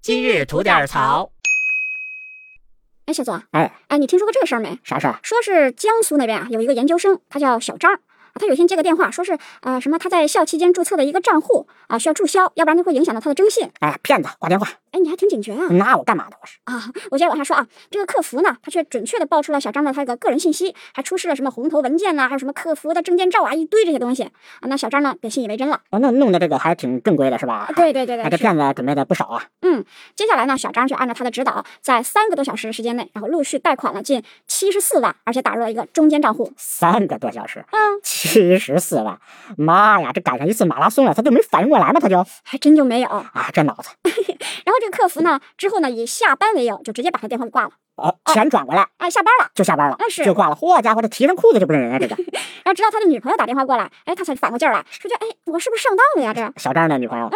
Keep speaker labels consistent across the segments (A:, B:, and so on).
A: 今日吐点槽。
B: 哎，小左，
C: 哎
B: 哎，你听说过这个事儿没？
C: 啥事儿？
B: 说是江苏那边啊，有一个研究生，他叫小张儿啊，他有一天接个电话，说是呃什么他在校期间注册的一个账户啊需要注销，要不然就会影响到他的征信。
C: 哎，骗子挂电话，
B: 哎，你还挺警觉啊！
C: 那我干嘛的？我是
B: 啊，我接着往下说啊，这个客服呢，他却准确的爆出了小张的他的个人信息，还出示了什么红头文件呐、还有什么客服的证件照啊，一堆这些东西啊。那小张呢，便信以为真了。
C: 哦，那弄的这个还挺正规的，是吧
B: 啊、？对对对对，
C: 哎，这
B: 是
C: 骗子准备的不少啊。
B: 接下来呢，小张就按照他的指导，在三个多小时的时间内，然后陆续贷款了近七十四万，而且打入了一个中间账户。
C: 三个多小时，
B: 嗯，
C: 七十四万，妈呀，这赶上一次马拉松了，他就没反应过来吗？他就
B: 还真就没有。然
C: 啊，这脑子
B: 后这个客服呢，之后呢以下班为由，就直接把他电话给挂了。
C: 啊，钱转过来
B: 哎，下班了。
C: 就下班了
B: 那，是
C: 就挂了。嚯家伙，这提上裤子就不认人啊！这个
B: 然后直到他的女朋友打电话过来，哎，他才反过劲儿来，说这哎，我是不是上当了呀？这，
C: 小张的女朋友，
B: 嗯，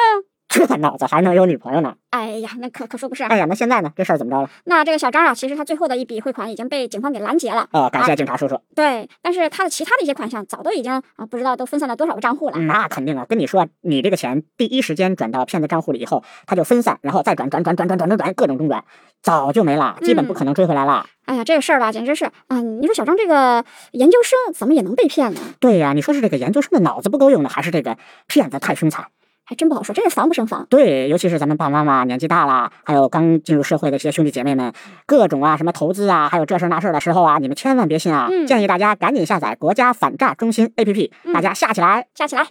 C: 这脑子还能有女朋友呢？
B: 哎呀，那可可说不是。
C: 哎呀，那现在呢？这事儿怎么着了？
B: 那这个小张啊，其实他最后的一笔汇款已经被警方给拦截了。
C: 哦，感谢警察叔叔。
B: 对，但是他的其他的一些款项早都已经啊，不知道都分散到多少个账户了。
C: 那肯定啊，跟你说，你这个钱第一时间转到骗子账户里以后，他就分散，然后再转转转转转转转转，各种中转，早就没了，基本
B: 嗯
C: 不可能追回来了。
B: 哎呀，这个事儿吧，简直是啊、你说小张这个研究生怎么也能被骗呢？
C: 对呀、你说是这个研究生的脑子不够用呢，还是这个骗子太凶残？
B: 还真不好说，真是防不胜防。
C: 对，尤其是咱们爸爸妈妈年纪大了，还有刚进入社会的这些兄弟姐妹们，各种啊什么投资啊，还有这事儿那事儿的时候啊，你们千万别信啊！
B: 嗯
C: 建议大家赶紧下载国家反诈中心 APP，、
B: 嗯
C: 大家下起来。
B: 加起来，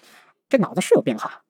C: 这脑子是有病哈！